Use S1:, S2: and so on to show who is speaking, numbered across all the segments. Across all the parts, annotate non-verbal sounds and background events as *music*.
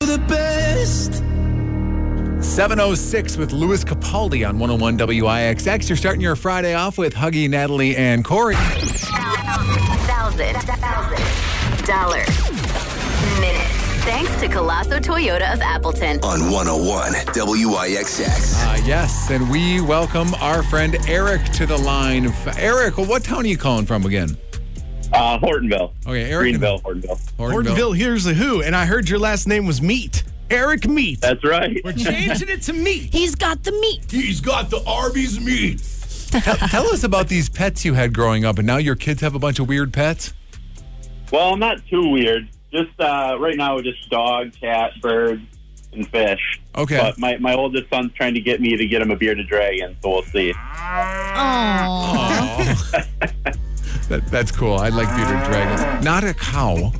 S1: 706 with Louis Capaldi on 101 WIXX. You're starting your Friday off with Huggy, Natalie, and Corey.
S2: thousand thousand dollar minute. Thanks to Colosso Toyota of Appleton.
S3: on 101 WIXX.
S1: Uh, yes, and we welcome our friend Eric to the line. Eric, what town are you calling from again?
S4: Uh, Hortonville.
S1: Okay, Eric.
S4: Greenville, Hortonville.
S5: Hortonville, here's the who, and I heard your last name was Meat. Eric Meat.
S4: That's right.
S5: We're changing it to Meat.
S6: He's got the meat.
S5: He's got the Arby's meat.
S1: Tell, tell us about these pets you had growing up, and now your kids have a bunch of weird pets.
S4: Well, I'm not too weird. Just uh, right now, just dog, cat, bird, and fish.
S1: Okay.
S4: But my, my oldest son's trying to get me to get him a bearded dragon, so we'll see.
S6: Oh,
S1: That, that's cool. I like bearded dragons. Not a cow.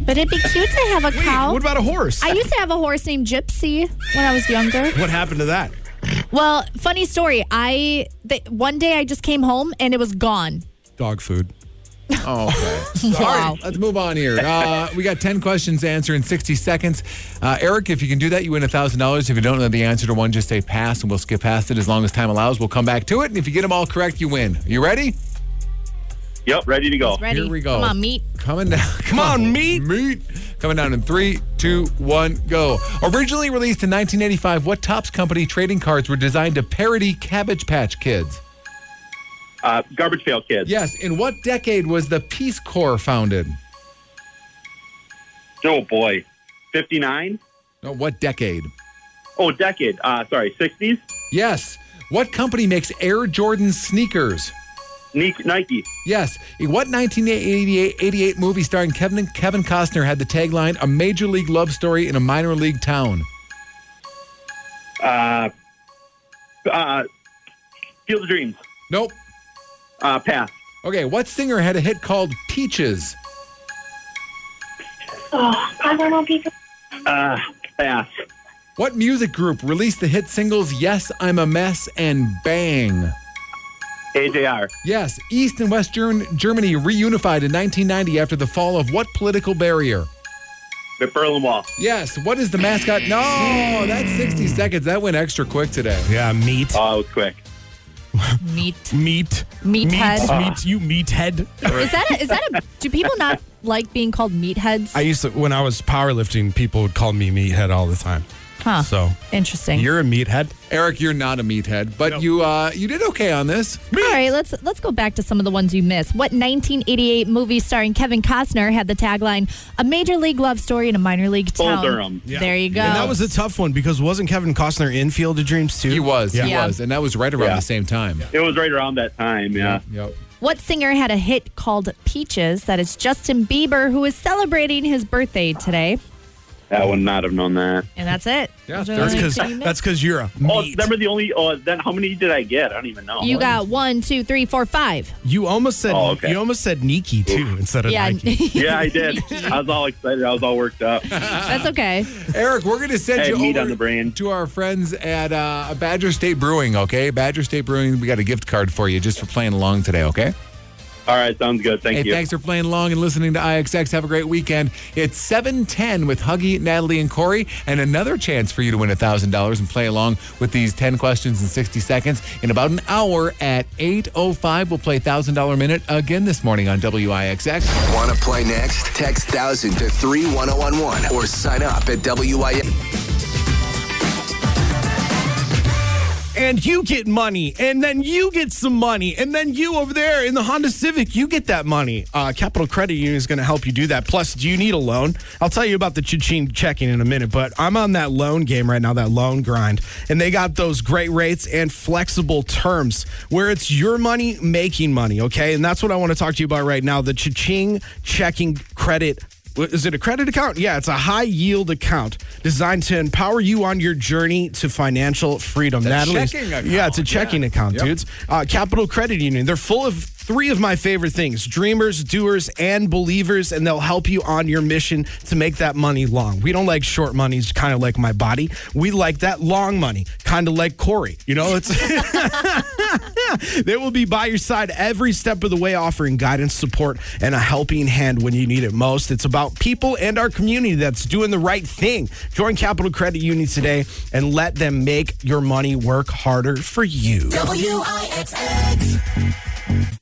S7: But it'd be cute to have a cow.
S5: What about a horse?
S7: I used to have a horse named Gypsy when I was younger.
S5: what happened to that?
S7: Well, funny story. I th- one day I just came home and it was gone.
S5: Dog food.
S1: Oh, *laughs* okay. All
S6: Wow.
S1: right, let's move on *laughs* here. Uh, we got 10 questions to answer in 60 seconds. Uh, Eric, if you can do that, you win $1,000. If you don't know the answer to one, just say pass and we'll skip past it as long as time allows. We'll come back to it. And if you get them all correct, you win. Are you ready?
S4: Yep, ready to go.
S7: Ready?
S1: Here we go.
S7: Come on, meat.
S1: Coming down. *laughs* Come,
S5: on, meat.
S1: Meat. Coming down in three, two, one, go. Originally released in 1985, what Topps Company trading cards were designed to parody Cabbage Patch Kids?
S4: Uh, garbage Pail Kids.
S1: Yes. In what decade was the Peace Corps founded?
S4: Oh, boy. 59?
S1: No, what decade?
S4: Oh, decade. Uh, sorry, 60s?
S1: Yes. What company makes Air Jordan sneakers?
S4: Nike. Nike.
S1: Yes. In what 1988 88 movie starring Kevin, Kevin Costner had the tagline, A Major League Love Story in a Minor League Town?
S4: Uh, uh, Field of Dreams.
S1: Nope.
S4: Uh, pass.
S1: Okay. What singer had a hit called Peaches?
S4: Uh, pass.
S1: What music group released the hit singles Yes, I'm a Mess and Bang?
S4: AJR.
S1: Yes. East and West Germ- Germany reunified in 1990 after the fall of what political barrier?
S4: Berlin Wall.
S1: Yes. What is the mascot? No, that's 60 seconds. That went extra quick today.
S5: Yeah, meat.
S4: Oh, it was quick.
S6: meat.
S5: meat.
S6: Meathead.
S5: Meat, meat, you meathead.
S7: Is that a, is that a? Do people not like being called meatheads?
S5: I used to, when I was powerlifting, people would call me meathead all the time.
S6: Huh.
S5: So,
S6: Interesting.
S5: you're a meathead?
S1: Eric, you're not a meathead, but
S5: No.
S1: you uh, you did okay on this.
S7: All right, let's let's go back to some of the ones you missed. What 1988 movie starring Kevin Costner had the tagline "A Major League Love Story in a Minor League
S4: Bull
S7: Town"?
S4: Durham.
S7: There you go.
S5: And that was a tough one because wasn't Kevin Costner in Field of Dreams too?
S1: He was, he
S6: Yeah.
S1: was, and that was right around
S4: Yeah.
S1: the same time.
S4: It was right around that time, yeah.
S1: Yep.
S7: What singer had a hit called "Peaches"? That is Justin Bieber, who is celebrating his birthday today.
S4: I would not have known that.
S7: And that's it.
S1: Yeah,
S7: Those are the
S5: That's
S7: only
S5: because
S7: two you missed.
S5: that's because you're a
S4: Oh,
S5: meat.
S4: remember the only. Oh, then how many did I get? I don't even know.
S7: you got one, two, three, four, five.
S5: You almost said
S4: Oh, okay.
S5: you almost said Nikki too instead of
S7: yeah, *laughs*
S5: Nike.
S4: Yeah, I did. I was all excited. I was all worked up.
S7: that's okay.
S1: Eric, we're going to send
S4: Hey,
S1: you
S4: meat
S1: over
S4: on the brain.
S1: to our friends at uh, Badger State Brewing, okay? Badger State Brewing, we got a gift card for you just for playing along today, okay?
S4: All right, sounds good. Thank
S1: hey,
S4: you.
S1: thanks for playing along and listening to IXX. Have a great weekend. It's 710 with Huggy, Natalie, and Corey, and another chance for you to win $1,000 and play along with these 10 questions in 60 seconds. In about an hour at 8.05, we'll play $1,000 Minute again this morning on WIXX.
S3: Want to play next? Text 1000 to 31011 or sign up at WIX.
S5: And you get money, and then you get some money, and then you over there in the Honda Civic, you get that money. Uh, Capital Credit Union is going to help you do that. Plus, do you need a loan? I'll tell you about the cha-ching checking in a minute, but I'm on that loan game right now, that loan grind, and they got those great rates and flexible terms where it's your money making money, okay? And that's what I want to talk to you about right now the cha-ching checking credit What- Is it a credit account? Yeah, it's a high yield account designed to empower you on your journey to financial freedom. Natalie's-
S1: checking account.
S5: Yeah, it's a checking account, dudes. Uh, Capital Credit Union. They're full of three of my favorite things dreamers, doers, and believers, and they'll help you on your mission to make that money long. We don't like short money, it's kind of *laughs* like my body. We like that long money, kind of like Corey. You know, it's. They will be by your side every step of the way, offering guidance, support, and a helping hand when you need it most. It's about people and our community that's doing the right thing. Join Capital Credit Union today and let them make your money work harder for you.
S8: WIXX.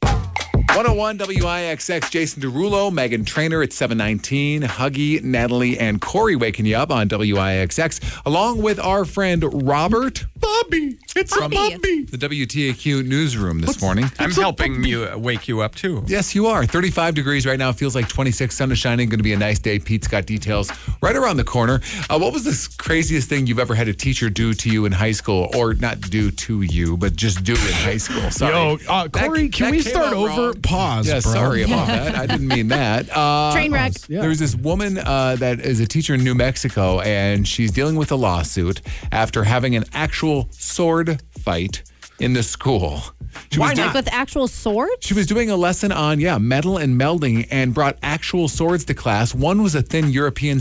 S1: 101 WIXX, Jason Derulo, Megan Trainer at 719, Huggy, Natalie, and Corey waking you up on WIXX, along with our friend Robert
S5: Bobby, it's
S1: from the WTAQ newsroom this morning.
S9: I'm helping you uh, wake you up too.
S1: Yes, you are. 35 degrees right now. Feels like 26. Sun is shining. Going to be a nice day. Pete's got details right around the corner. Uh, what was the craziest thing you've ever had a teacher do to you in high school, or not do to you, but just do in high school? Sorry.
S5: Yo, uh,
S1: That-
S5: Corey, can
S1: that
S5: we
S1: came
S5: start
S1: out
S5: over?
S1: wrong.
S5: Pause,
S1: Yeah,
S5: bro.
S1: sorry about that. I didn't
S5: *laughs*
S1: mean that. Uh,
S7: Train wreck.
S5: Yeah.
S1: There's this woman uh, that is a teacher in New Mexico, and she's dealing with a lawsuit after having an actual sword fight in the school. She was
S5: Why
S1: doing-
S5: not?
S7: Like with actual swords?
S1: she was doing a lesson on, yeah, metal and melding and brought actual swords to class. One was a thin European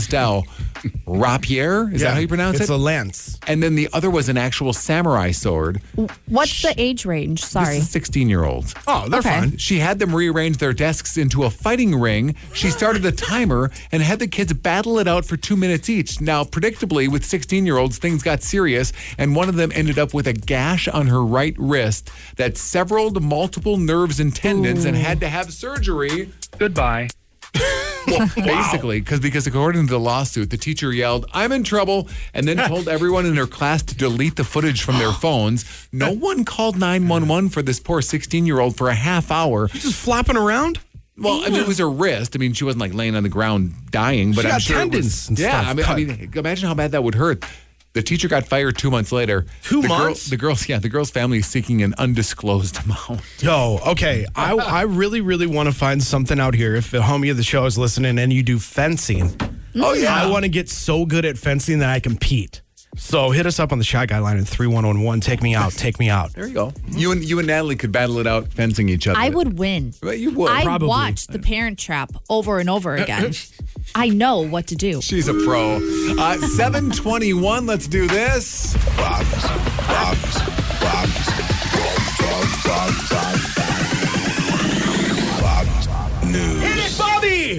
S5: *laughs*
S1: style rapier. Is that how you pronounce
S5: it's
S1: it?
S5: a lance.
S1: and then the other was an actual samurai sword.
S6: What's the age range? Sorry.
S1: 16 year olds.
S5: Oh, they're
S6: Okay.
S5: fine.
S1: She had them rearrange their desks into a fighting ring. She started a timer and had the kids battle it out for two minutes each. Now, predictably, with 16 year olds, things got serious, and one of them ended up with a gash on her right wrist that severed multiple nerves and tendons and had to have surgery.
S9: Goodbye.
S1: Well, basically, because because according to the lawsuit, the teacher yelled, "I'm in trouble," and then
S5: *laughs*
S1: told everyone in her class to delete the footage
S5: *gasps*
S1: from their phones. No one called 911 for this poor 16-year-old for a half hour.
S5: Just flopping around.
S1: Well, I mean, it was her wrist. I mean, she wasn't like laying on the ground dying, but
S5: She
S1: I'm
S5: got
S1: sure it
S5: tendons
S1: was-
S5: and
S1: yeah,
S5: stuff
S1: I mean, I
S5: cut.
S1: mean, imagine how bad that would hurt. The teacher got fired two months later.
S5: Two
S1: the girl-
S5: months?
S1: the girls, yeah, the girl's family is seeking an undisclosed *laughs* amount.
S5: Yo, okay. I, I really, really want to find something out here. If the homie of the show is listening and you do fencing, oh yeah, I want to get so good at fencing that I compete. So hit us up on the Shy Guy line at three one one one. Take me out. Take me out.
S1: There you go. You and you and Natalie could battle it out, fencing each other.
S6: I would win.
S1: Well, you would,
S6: I
S1: probably.
S6: watched The Parent Trap over and over again. I know what to do.
S1: She's a pro.
S5: *laughs*
S1: Uh, 721, let's do this.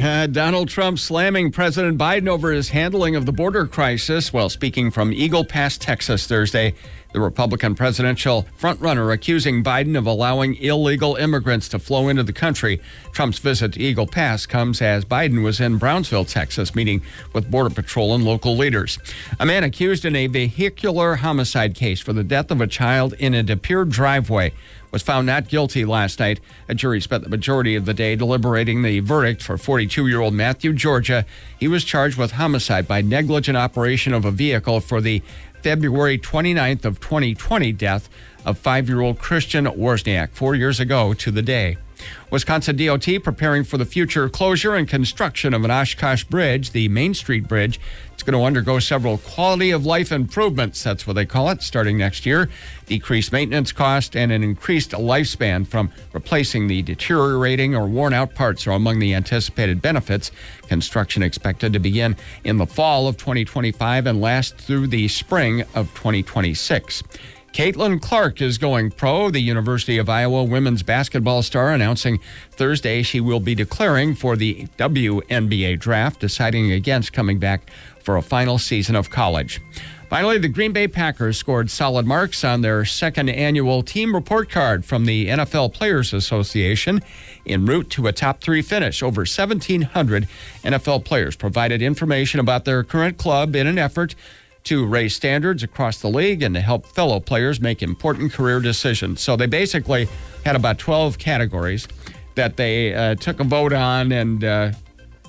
S9: Uh, Donald Trump slamming President Biden over his handling of the border crisis while speaking from Eagle Pass, Texas, Thursday. The Republican presidential frontrunner accusing Biden of allowing illegal immigrants to flow into the country. Trump's visit to Eagle Pass comes as Biden was in Brownsville, Texas, meeting with Border Patrol and local leaders. A man accused in a vehicular homicide case for the death of a child in a De Pere driveway was found not guilty last night. A jury spent the majority of the day deliberating the verdict for 42 year old Matthew Georgia. He was charged with homicide by negligent operation of a vehicle for the February 29th of 2020 death of five year old Christian Wozniak four years ago to the day. Wisconsin DOT preparing for the future closure and construction of an Oshkosh bridge, the Main Street Bridge. It's going to undergo several quality of life improvements, that's what they call it, starting next year. Decreased maintenance cost and an increased lifespan from replacing the deteriorating or worn out parts are among the anticipated benefits. Construction expected to begin in the fall of 2025 and last through the spring of 2026. Caitlin Clark is going pro. The University of Iowa women's basketball star announcing Thursday she will be declaring for the WNBA draft, deciding against coming back for a final season of college. Finally, the Green Bay Packers scored solid marks on their second annual team report card from the NFL Players Association en route to a top three finish. Over 1,700 NFL players provided information about their current club in an effort to raise standards across the league and to help fellow players make important career decisions. So they basically had about 12 categories that they uh, took a vote on and uh,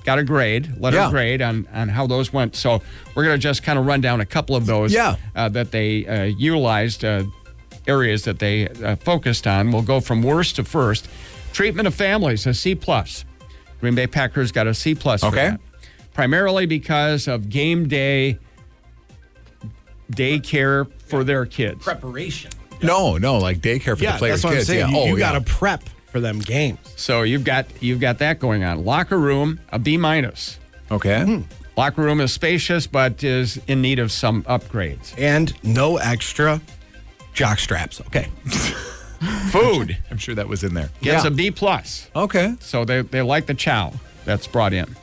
S9: got a grade, letter
S1: Yeah.
S9: grade on, on how those went. So we're going to just kind of run down a couple of those
S1: Yeah.
S9: uh, that they uh, utilized, uh, areas that they uh, focused on. We'll go from worst to first. Treatment of families, a C plus. Green Bay Packers got a C plus. for
S1: Okay.
S9: that. Primarily because of game day daycare for their kids.
S5: Preparation.
S1: No, no, like daycare for
S5: Yeah,
S1: the players'
S5: that's what I'm
S1: kids.
S5: saying.
S1: Yeah.
S5: you
S1: oh,
S5: got
S1: yeah.
S5: to prep for them games.
S9: So you've got you've got that going on. Locker room, a B minus.
S1: Okay.
S5: Hmm.
S9: Locker room is spacious but is in need of some upgrades.
S5: And no extra jock straps. Okay.
S9: Food
S1: *laughs* I'm sure that was in there.
S9: gets
S1: yeah.
S9: a B plus.
S1: okay.
S9: So they, they like the chow that's brought in.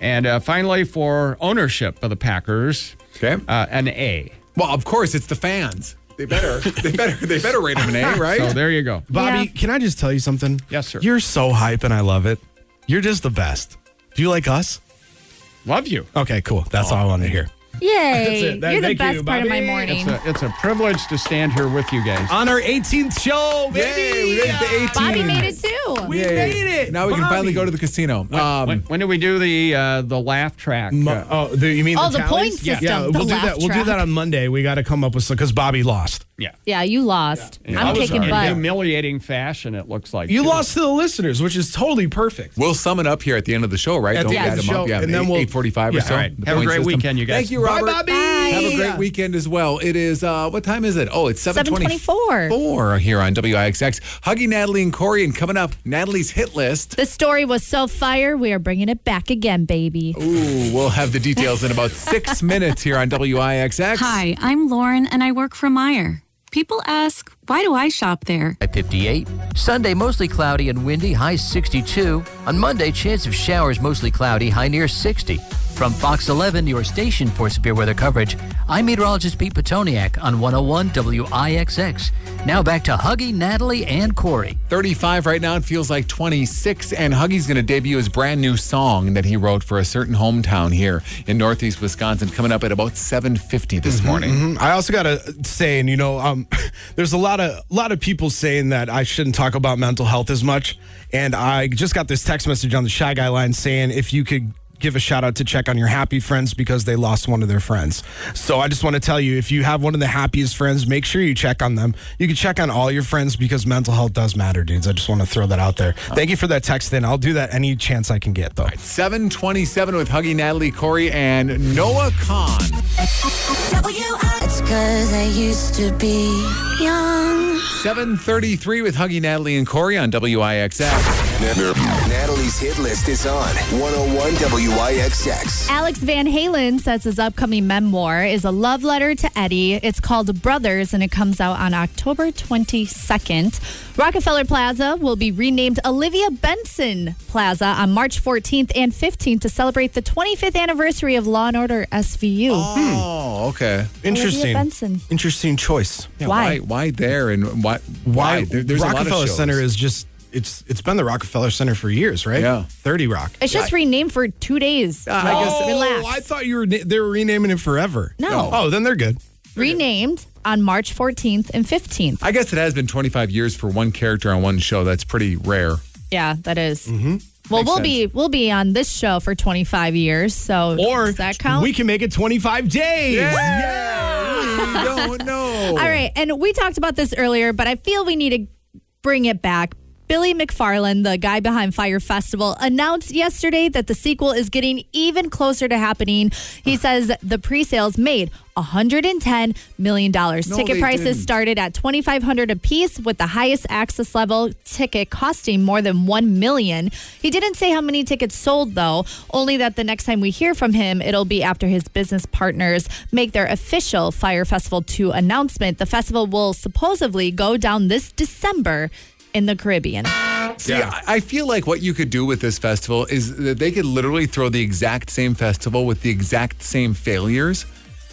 S9: And uh, finally, for ownership of the Packers,
S1: Okay.
S9: uh, an A.
S1: Well, of course, it's the fans. They better, they better, they better rate him
S5: *laughs*
S1: an A, right?
S9: So there you go.
S5: Bobby,
S7: Yeah.
S5: can I just tell you something?
S9: Yes, sir.
S5: You're so hype and I love it. You're just the best. Do you like us?
S9: Love you.
S5: Okay, cool. That's all I want to hear.
S7: Yay.
S5: it. That-
S7: You're the
S5: thank you,
S7: best part of my
S5: Bobby.
S9: It's
S7: morning.
S9: a, it's a privilege to stand here with you guys.
S5: On our 18th show,
S1: Yay,
S5: baby.
S1: we made it to 18.
S7: Bobby made it too.
S5: We
S1: Yay.
S5: made it.
S1: Now we can
S5: Bobby.
S1: finally go to the casino. um,
S9: when, when do we do the uh, the laugh track?
S5: Mo-
S9: Uh,
S5: oh, the, you mean
S7: Oh, the
S5: the,
S7: point
S5: tallies?
S7: system,
S5: Yeah,
S7: the
S5: we'll do
S7: laugh
S5: that. We'll do
S7: track.
S5: that on Monday. We got to come up with some because Bobby lost.
S9: yeah.
S7: Yeah, you lost. I'm
S9: That was
S7: kicking
S9: in
S7: butt.
S9: humiliating fashion, it looks like.
S5: You
S9: too.
S5: lost to the listeners, which is totally perfect.
S1: We'll sum it up here at the end of the show, right?
S5: At
S1: Don't
S5: the
S1: we
S5: end
S1: add
S5: of
S1: them
S5: the
S1: up?
S5: show,
S1: Yeah,
S5: and then we'll-
S1: eight forty-five
S5: Yeah,
S1: or so.
S9: all right.
S1: The
S9: Have a
S1: point
S9: great weekend, you guys.
S1: Thank you, Robert.
S5: Bye, Bobby.
S1: Have a great
S5: Bye.
S1: weekend as well. It is uh, what time is it? Oh, it's seven
S7: 7:24.
S1: twenty-four here on WIXX. Huggy Natalie and Corey, and coming up, Natalie's hit list.
S7: The story was so fire, we are bringing it back again, baby.
S1: Ooh, we'll have the details in about six minutes here on WIXX.
S10: Hi, I'm Lauren and I work for Meyer. People ask, why do I shop there?
S8: At 58. Sunday, mostly cloudy and windy, high 62. On Monday, chance of showers, mostly cloudy, high near 60. From Fox 11, your station for severe weather coverage, I'm meteorologist Pete Petoniak on 101 WIXX. Now back to Huggy, Natalie, and Corey.
S1: 35 right now. It feels like 26. And Huggy's going to debut his brand new song that he wrote for a certain hometown here in Northeast Wisconsin coming up at about 7.50 this morning.
S5: Mm, I also got a saying, you know, um, *laughs* there's a lot of lot of people saying that I shouldn't talk about mental health as much, and I just got this text message on the Shy Guy line saying if you could give a shout out to check on your happy friends because they lost one of their friends. So I just want to tell you if you have one of the happiest friends, make sure you check on them. You can check on all your friends because mental health does matter, dudes. I just want to throw that out there. Thank you for that text in. I'll do that any chance I can get though.
S1: 7.27 with Huggy, Natalie, Corey, and Noah Kahn.
S8: It's cause I used to be young.
S1: 7.33 with Huggy, Natalie, and Corey on WIXX.
S3: Natalie's hit list is on 101 WIXX.
S7: Alex Van Halen says his upcoming memoir is a love letter to Eddie. It's called Brothers and it comes out on October 22nd. Rockefeller Plaza will be renamed Olivia Benson Plaza on March 14th and 15th to celebrate the 25th anniversary of Law and Order SVU.
S1: Oh, okay.
S5: Interesting.
S7: Benson.
S5: Interesting choice.
S1: Yeah,
S7: Hmm, Why?
S1: why? Why there and why? Why? There- there's
S5: Rockefeller
S1: a lot of shows.
S5: Center is just it's it's been the Rockefeller Center for years, right?
S1: Yeah.
S5: Thirty Rock. Oh,
S7: It's just renamed for two days.
S1: Uh, I guess-
S7: Just relax.
S5: I thought you were na- they were renaming it forever.
S7: No. No.
S5: Oh, then they're good.
S7: renamed on March 14th and 15th.
S1: I guess it has been 25 years for one character on one show. That's pretty rare.
S7: Yeah, that is. Well, we'll be we'll be on this show for 25 years, so
S5: Or
S7: does that count?
S5: we can make it twenty five days.
S1: Yeah. don't know.
S7: All right, and we talked about this earlier, but I feel we need to bring it back. Billy McFarland, the guy behind Fire Festival, announced yesterday that the sequel is getting even closer to happening. He says the pre-sales made $110 million. Ticket
S1: they
S7: prices
S1: didn't.
S7: started at 2500 apiece with the highest access level ticket costing more than 1 million. He didn't say how many tickets sold though, only that the next time we hear from him it'll be after his business partners make their official Fire Festival 2 announcement. The festival will supposedly go down this December in the Caribbean.
S1: See, I I feel like what you could do with this festival is that they could literally throw the exact same festival with the exact same failures.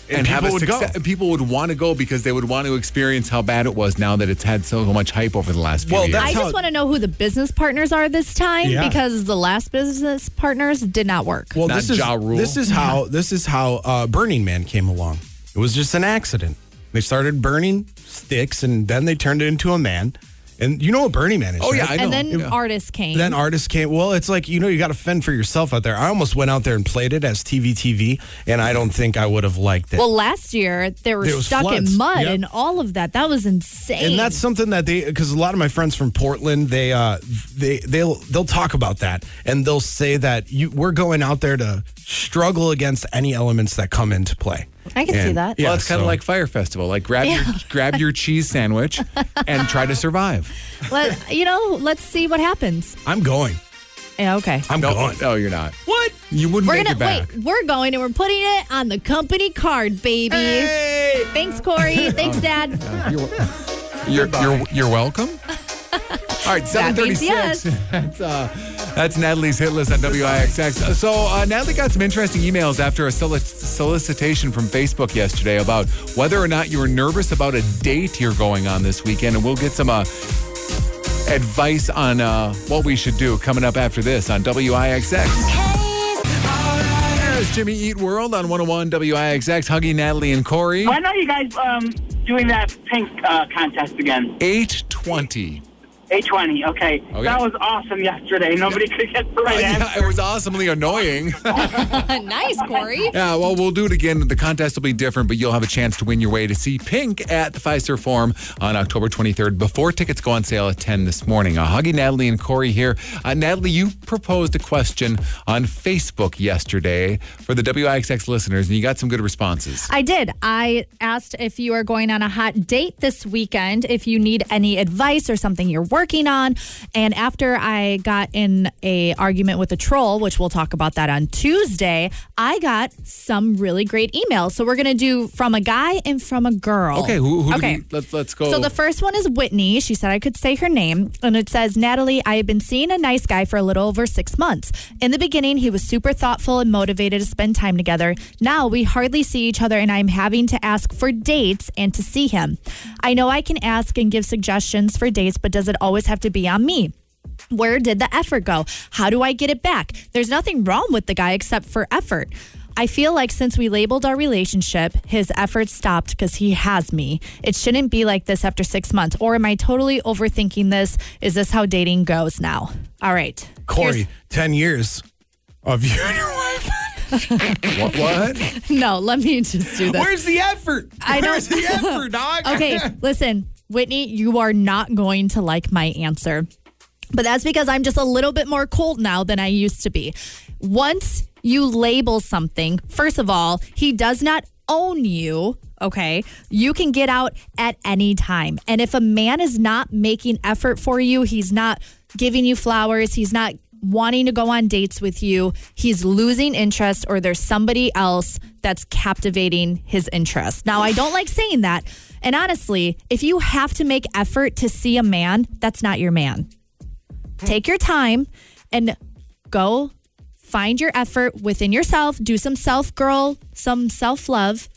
S1: And, have a
S5: people would
S1: success.
S5: go.
S1: and People would want to go because they would want to experience how bad it was now that it's had so much hype over the last few
S5: Well,
S1: years.
S5: that's
S7: I
S5: how-
S7: just want to know who the business partners are this time
S5: Yeah.
S7: because the last business partners did not work.
S5: Well,
S1: Not
S5: this is
S1: Ja Rule.
S5: this is how this is how uh, Burning Man came along. It was just an accident. They started burning sticks, and then they turned it into a man. And you know what Burning Man is?
S1: Oh,
S5: right?
S1: yeah, I
S7: and
S1: know.
S7: then
S1: Yeah.
S7: artists came.
S5: Then artists came. Well, it's like you know you got to fend for yourself out there. I almost went out there and played it as TV TV, and I don't think I would have liked it.
S7: Well, last year they were
S5: There was
S7: stuck
S5: floods.
S7: in mud
S5: Yep.
S7: and all of that. That was insane.
S5: and that's something that they because a lot of my friends from Portland they uh they they'll they'll talk about that and they'll say that you we're going out there to struggle against any elements that come into play.
S7: I can see that.
S1: well, it's kind of
S5: so-
S1: like Fire Festival. Like grab your grab your cheese
S7: *laughs*
S1: sandwich and try to survive.
S7: Let, you know, let's see what happens.
S5: I'm going.
S7: Yeah, okay.
S5: I'm
S1: No,
S5: going.
S1: no, you're not.
S5: What?
S1: You wouldn't
S7: we're
S1: make
S7: gonna
S1: it back.
S7: wait. We're going and we're putting it on the company card, baby.
S1: *laughs*
S7: Thanks, Corey. Thanks, Dad. *laughs*
S1: You're, you're you're welcome. All right,
S7: That means
S1: 736.
S7: yes.
S1: *laughs* That's, uh, that's Natalie's hit list on WIXX. So, uh, Natalie got some interesting emails after a solic- solicitation from Facebook yesterday about whether or not you were nervous about a date you're going on this weekend. And we'll get some uh, advice on uh, what we should do coming up after this on WIXX. There's Jimmy Eat World on 101 WIXX. Huggy, Natalie, and Corey.
S11: When are you guys um, doing that pink uh, contest again?
S1: 820.
S11: Eight twenty. Okay.
S1: Oh, yeah.
S11: That was awesome yesterday. Nobody could get the
S12: Oh,
S11: right answer.
S1: Yeah, it was awesomely annoying.
S7: nice, Corey.
S1: *laughs* Yeah, well, we'll do it again. The contest will be different, but you'll have a chance to win your way to see Pink at the Pfizer Forum on October 23rd before tickets go on sale at 10 this morning. Uh, Huggy, Natalie, and Corey here. Uh, Natalie, you proposed a question on Facebook yesterday for the WIXX listeners, and you got some good responses.
S7: I did. I asked if you are going on a hot date this weekend, if you need any advice or something you're working on. And after I got in a argument with a troll, which we'll talk about that on Tuesday, I got some really great emails. So we're going to do from a guy and from a girl.
S1: Okay, who, who
S7: Okay.
S1: Do we, let's, let's go.
S7: So the first one is Whitney. She said I could say her name. And it says, Natalie, I have been seeing a nice guy for a little over six months. In the beginning, he was super thoughtful and motivated to spend time together. Now we hardly see each other, and I'm having to ask for dates and to see him. I know I can ask and give suggestions for dates, but does it always have to be on me? Where did the effort go? How do I get it back? There's nothing wrong with the guy except for effort. I feel like since we labeled our relationship, his efforts stopped because he has me. It shouldn't be like this after six months. Or am I totally overthinking this? Is this how dating goes now? All right.
S5: Corey, 10 years of you and your *laughs*
S7: *laughs*
S5: wife.
S1: what? what?
S7: Here's- *laughs* No, let me just do this.
S5: Where's the effort?
S7: I don't-
S5: Where's the
S7: *laughs*
S5: effort, dog? *laughs*
S7: okay, listen, Whitney, you are not going to like my answer. But that's because I'm just a little bit more cold now than I used to be. Once you label something, first of all, he does not own you. Okay. You can get out at any time. And if a man is not making effort for you, he's not giving you flowers, he's not wanting to go on dates with you, he's losing interest, or there's somebody else that's captivating his interest. Now, I don't like saying that. And honestly, if you have to make effort to see a man, that's not your man take your time and go find your effort within yourself do some self girl some self love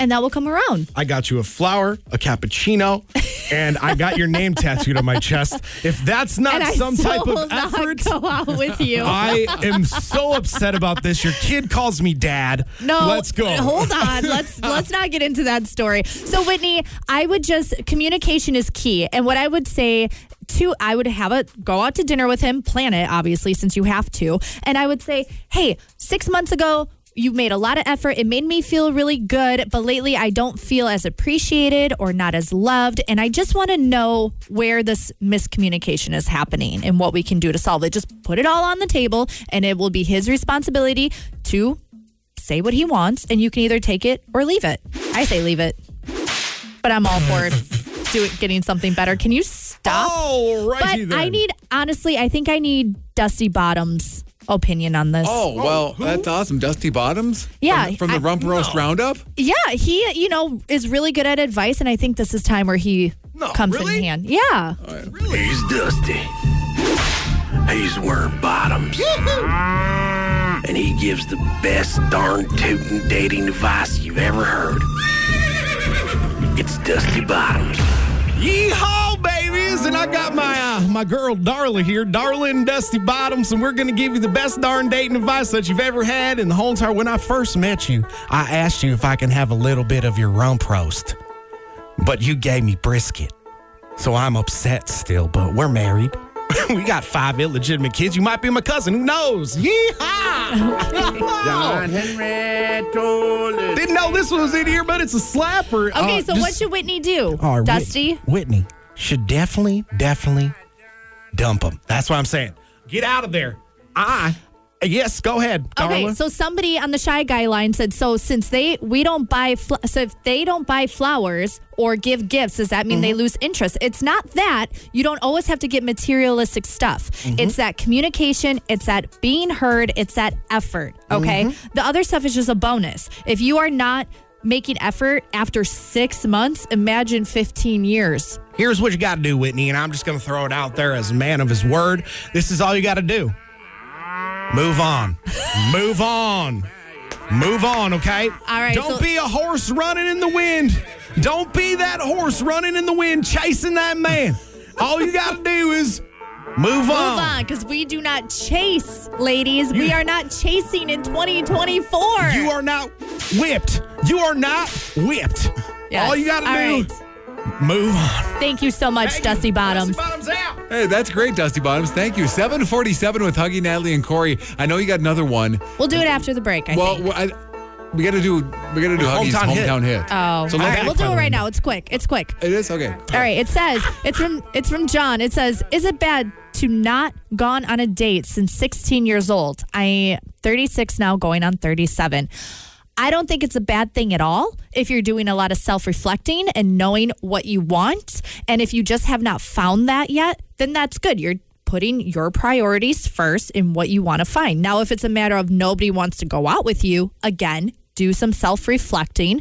S7: and that will come around
S5: I got you a flower, a
S7: *laughs*
S5: cappuccino, and I got your name tattooed on my chest. If that's not
S7: and
S5: some
S7: i still
S5: type
S7: will
S5: of
S7: not
S5: effort,
S7: go out
S5: *laughs*
S7: with you
S5: I am so upset about this. Your kid calls me dad.
S7: No,
S5: Let's go. *laughs*
S7: Hold on. Let's let's not get into that story. So Whitney, I would just communication is key. And what I would say to I would have a go out to dinner with him, plan it obviously since you have to. And I would say, "Hey, 6 months ago you made a lot of effort. It made me feel really good, but lately I don't feel as appreciated or not as loved. And I just want to know where this miscommunication is happening and what we can do to solve it. Just put it all on the table, and it will be his responsibility to say what he wants, and you can either take it or leave it. I say leave it, but I'm all for it. Do it, getting something better. Can you stop?
S5: Oh,
S7: but
S5: righty then.
S7: I need honestly, I think I need Dusty Bottoms' opinion on this.
S1: Oh, well, that's awesome. Dusty Bottoms?
S7: Yeah,
S1: From, from the
S7: I-
S1: Rump Roast Roundup?
S7: Yeah, he you know is really good at advice, and I think this is time where he
S5: No,
S7: comes in
S5: really?
S7: hand. Yeah,
S3: He's Dusty. He's wearing bottoms. and he gives the best darn tootin' dating advice you've ever heard. It's Dusty Bottoms.
S5: Yeehaw, babies! And I got my uh, my girl Darla here, Darla and Dusty Bottoms, and we're gonna give you the best darn dating advice that you've ever had. And the whole entire when I first met you, I asked you if I can have a little bit of your rump roast, but you gave me brisket. So I'm upset still, but we're married. *laughs* we got five illegitimate kids. You might be my cousin. Who knows?
S9: *laughs*
S5: Yeehaw!
S9: Henry told it.
S5: Didn't know this was in here, but it's a slapper.
S7: okay.
S5: Uh,
S7: so what
S5: just-
S7: should Whitney do,
S5: or Whit-
S7: Dusty?
S5: Whitney should definitely, definitely dump him. That's what I'm saying. Get out of there. I. Yes, go ahead,
S7: Okay,
S5: Darla.
S7: so somebody on the shy guy line said, so since they we don't buy fl- so if they don't buy flowers or give gifts, does that mean
S5: Mm-hmm.
S7: they lose interest? It's not that you don't always have to get materialistic stuff.
S5: Mm-hmm.
S7: It's that communication. It's that
S5: Mm-hmm.
S7: being heard. It's that effort. Okay, the other stuff is just a bonus. If you are not making effort after six months, imagine 15 years.
S5: Here's what you got to do, Whitney, and I'm just going to throw it out there as a man of his word. This is all you got to do move
S7: *laughs*
S5: on. move on. Move on, okay?
S7: All right,
S5: Don't
S7: so-
S5: be a horse running in the wind. Don't be that horse running in the wind chasing that man. all you got to do is move on.
S7: Move on, because we do not chase, ladies. we are not chasing in 2024.
S5: You are not whipped. You are not whipped.
S7: Yes.
S5: All you got
S7: All
S5: to do, move on.
S7: Thank you so much, Dusty Bottoms.
S1: Hey, that's great, Dusty Bottoms. Thank you. 747 with Huggy, Natalie, and Corey. I know you got another one.
S7: We'll do it after the break, I
S1: well,
S7: think.
S1: well, I, we got to do we got to do Huggy's
S5: Hometown hit.
S1: hometown hit.
S7: Oh,
S1: So
S7: all
S1: let's
S7: right.
S1: do
S7: We'll do it
S1: final
S7: right
S1: one.
S7: now. It's quick. It's quick.
S1: It is okay.
S7: All right, it says it's from it's from John. It says, "Is it bad to not gone on a date since 16 years old? I 36 now, going on 37." I don't think it's a bad thing at all if you're doing a lot of self reflecting and knowing what you want. And if you just have not found that yet, then that's good. You're putting your priorities first in what you want to find. Now, if it's a matter of nobody wants to go out with you, again, do some self reflecting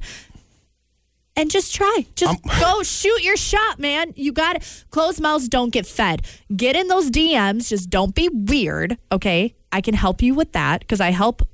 S7: and just try. Just go shoot your shot, man. You got it. Closed mouths don't get fed. Get in those DMs. Just don't be weird. Okay. I can help you with that because I help.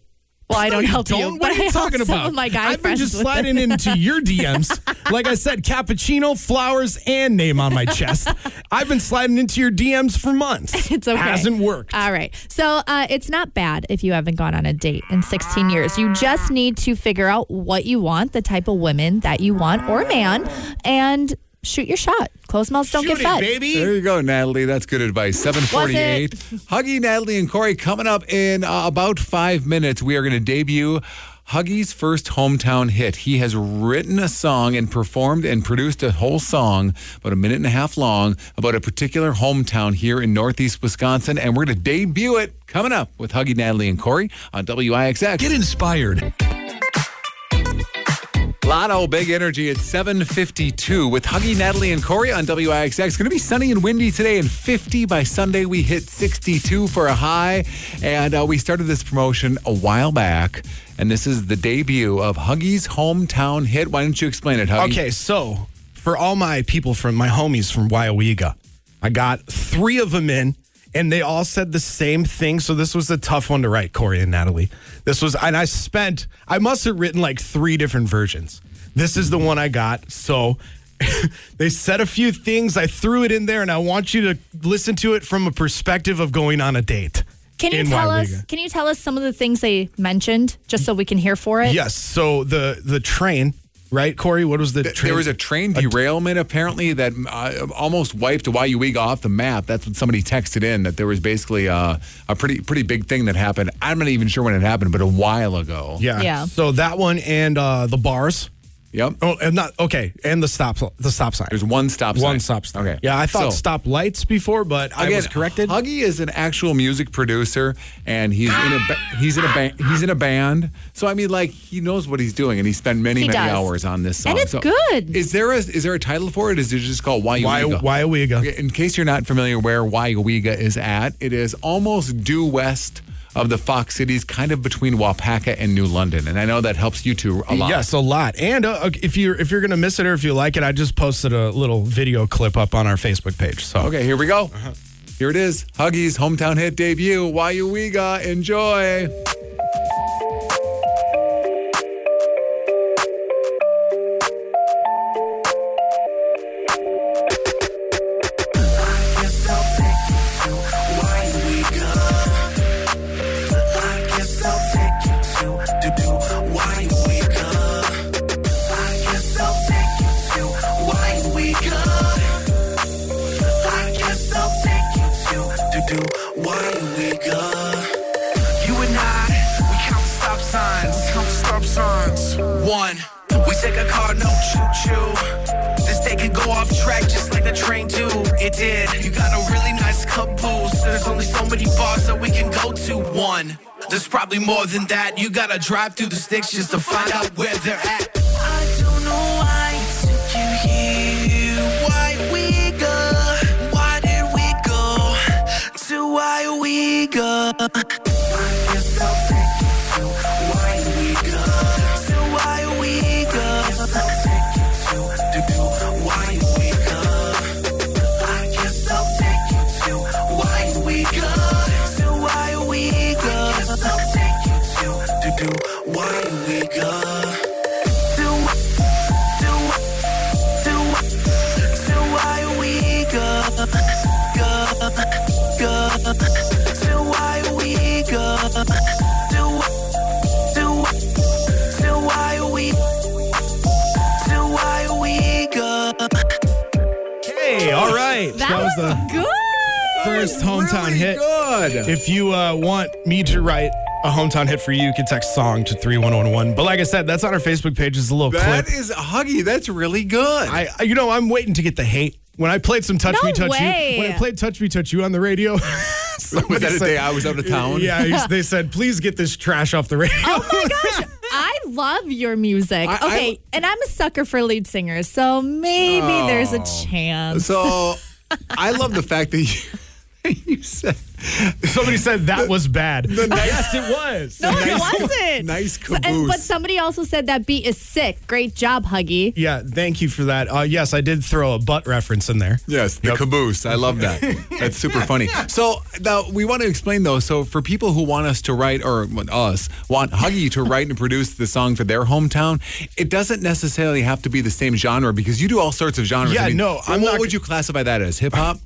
S7: Well, I
S5: No,
S7: don't
S5: you
S7: help you.
S5: don't. What
S7: but
S5: are
S7: I
S5: you
S7: help
S5: talking
S7: some
S5: about?
S7: Of my guy
S5: I've been
S7: friends
S5: just
S7: with
S5: sliding
S7: it. *laughs*
S5: into your DMs. Like I said, cappuccino, flowers, and name on my chest. I've been sliding into your DMs for months.
S7: *laughs* It's okay.
S5: Hasn't worked.
S7: All right. So uh, it's not bad if you haven't gone on a date in 16 years. You just need to figure out what you want, the type of women that you want or man, and shoot your shot. Closed mouths don't
S5: Shoot
S7: get
S5: it,
S7: fed.
S1: There
S5: baby.
S1: you go, Natalie. That's good advice. 748. Huggy, Natalie, and Corey coming up in uh, about five minutes. We are going to debut Huggy's first hometown hit. He has written a song and performed and produced a whole song, about a minute and a half long, about a particular hometown here in Northeast Wisconsin. And we're going to debut it coming up with Huggy, Natalie, and Corey on WIXX.
S12: Get inspired.
S1: Lotto Big Energy at 752 with Huggy, Natalie, and Corey on WIXX. It's going to be sunny and windy today and 50 by Sunday. We hit 62 for a high. And uh, we started this promotion a while back. And this is the debut of Huggy's hometown hit. Why don't you explain it, Huggy?
S5: Okay, so for all my people from my homies from Waiwega, I got three of them in, and they all said the same thing. So this was a tough one to write, Corey and Natalie. This was, and I spent, I must have written like three different versions. This is the one I got. So *laughs* they said a few things. I threw it in there, and I want you to listen to it from a perspective of going on a date.
S7: Can you
S5: in
S7: tell us?
S5: Waiwega.
S7: Can you tell us some of the things they mentioned, just so we can hear for it?
S5: Yes. So the the train, right, Corey? What was the train?
S1: There was a train derailment apparently that uh, almost wiped Wyuiga off the map. That's what somebody texted in that there was basically uh, a pretty pretty big thing that happened. I'm not even sure when it happened, but a while ago.
S5: Yeah.
S7: Yeah.
S5: So that one and uh, the bars.
S1: Yep.
S5: Oh, and not okay. And the stop the stop sign.
S1: There's one stop sign.
S5: one stop sign.
S1: Okay.
S5: Yeah, I thought
S1: So-
S5: stop lights before, but I was corrected.
S1: Huggy is an actual music producer, and he's in a ba- he's in a ba- he's in a band. So I mean, like he knows what he's doing, and he spent many
S7: He
S1: many
S7: does.
S1: hours on this song.
S7: And it's
S1: So
S7: good.
S1: Is there a is there a title for it? Is it just called Why
S5: Why why Wega?
S1: Okay, in case you're not familiar where Waiwega is at, it is almost due west of the Fox Cities, kind of between Waupaca and New London. And I know that helps you two a lot.
S5: Yes, a lot. And uh, if you're if you're gonna miss it or if you like it, I just posted a little video clip up on our Facebook page. So
S1: Okay, here we go. Here it is. Huggy's hometown hit debut, Waiwega. Enjoy.
S12: Why we go? You and I, we count the stop signs. Count the stop signs. One, we take a car, no choo-choo. This day could go off track just like the train do. It did. You got a really nice caboose. There's only so many bars that we can go to. One, there's probably more than that. You gotta drive through the sticks just to find out where they're at. I don't know why it took you here. Why we go? Why did we go? To why we go? I guess I'll take you to why we go. To why we go.
S5: the first hometown hit.
S1: Good.
S5: If you uh, want me to write a hometown hit for you, you can text song to 31111. But like I said, that's on our Facebook page. It's a little
S1: That
S5: clip.
S1: is Huggy. That's really good.
S5: I, I- you know, I'm waiting to get the hate. When I played some Touch
S7: No
S5: Me Touch
S7: way.
S5: You, when I played Touch Me Touch You on the radio, *laughs*
S1: was
S5: somebody
S1: that a
S5: said-
S1: day I was out of town?
S5: Yeah, they said, please get this trash off the radio.
S7: Oh
S5: *laughs*
S7: I love your music.
S1: I- I-
S7: okay, and I'm a sucker for lead singers, so maybe there's a chance.
S1: *laughs* So I love the fact that you, *laughs* you said
S5: Somebody said that was bad.
S1: nice-
S5: yes, it was.
S7: no, it wasn't.
S1: nice
S7: So- and, but
S1: caboose.
S7: somebody also said that beat is sick. Great
S5: *laughs*
S7: job, Huggy.
S5: Yeah, thank you for that. Uh, yes, I did throw a butt reference in there.
S1: Yes, the caboose. I love
S5: *laughs*
S1: that. That's super funny. So now we want to explain though. So for people who want us to write or us want Huggy to write and produce the song for their hometown, it doesn't necessarily have to be the same genre because you do all sorts of genres.
S5: Yeah, no, I'm
S1: what
S5: not-
S1: would you classify that as? Hip
S5: *laughs*
S1: hop?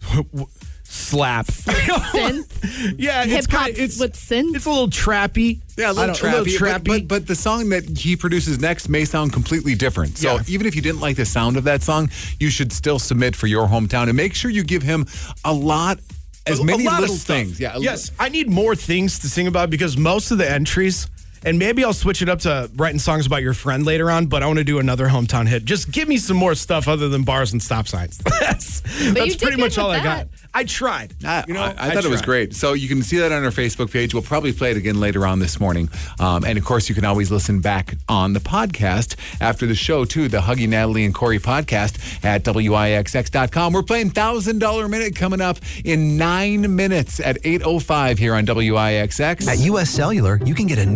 S5: Slap.
S7: Synth.
S5: yeah, it's
S7: Hip-hop
S5: kind of, it's
S7: with synth?
S5: It's a little trappy.
S1: Yeah, a
S5: I
S1: little
S5: don't-
S1: trappy.
S5: trappy.
S1: But, but, but the song that he produces next may sound completely different. So
S5: Yeah.
S1: even if you didn't like the sound of that song, you should still submit for your hometown and make sure you give him a lot, as
S5: A- a
S1: many
S5: lot of
S1: little
S5: stuff.
S1: things. Yeah. a li-
S5: Yes, I need more things to sing about because most of the entries, and maybe I'll switch it up to writing songs about your friend later on. But I want to do another hometown hit. Just give me some more stuff other than bars and stop signs. *laughs* that's that's
S7: did
S5: pretty
S7: good
S5: much
S7: with
S5: all I got.
S7: that.
S5: I tried.
S1: I,
S5: you know,
S1: I, I thought it was
S5: tried.
S1: great. So you can see that on our Facebook page. We'll probably play it again later on this morning. Um, and of course, you can always listen back on the podcast after the show, too, the Huggy, Natalie, and Corey podcast at WIXX.com. We're playing $1,000 Minute coming up in nine minutes at 8.05 here on WIXX.
S13: At US Cellular, you can get a new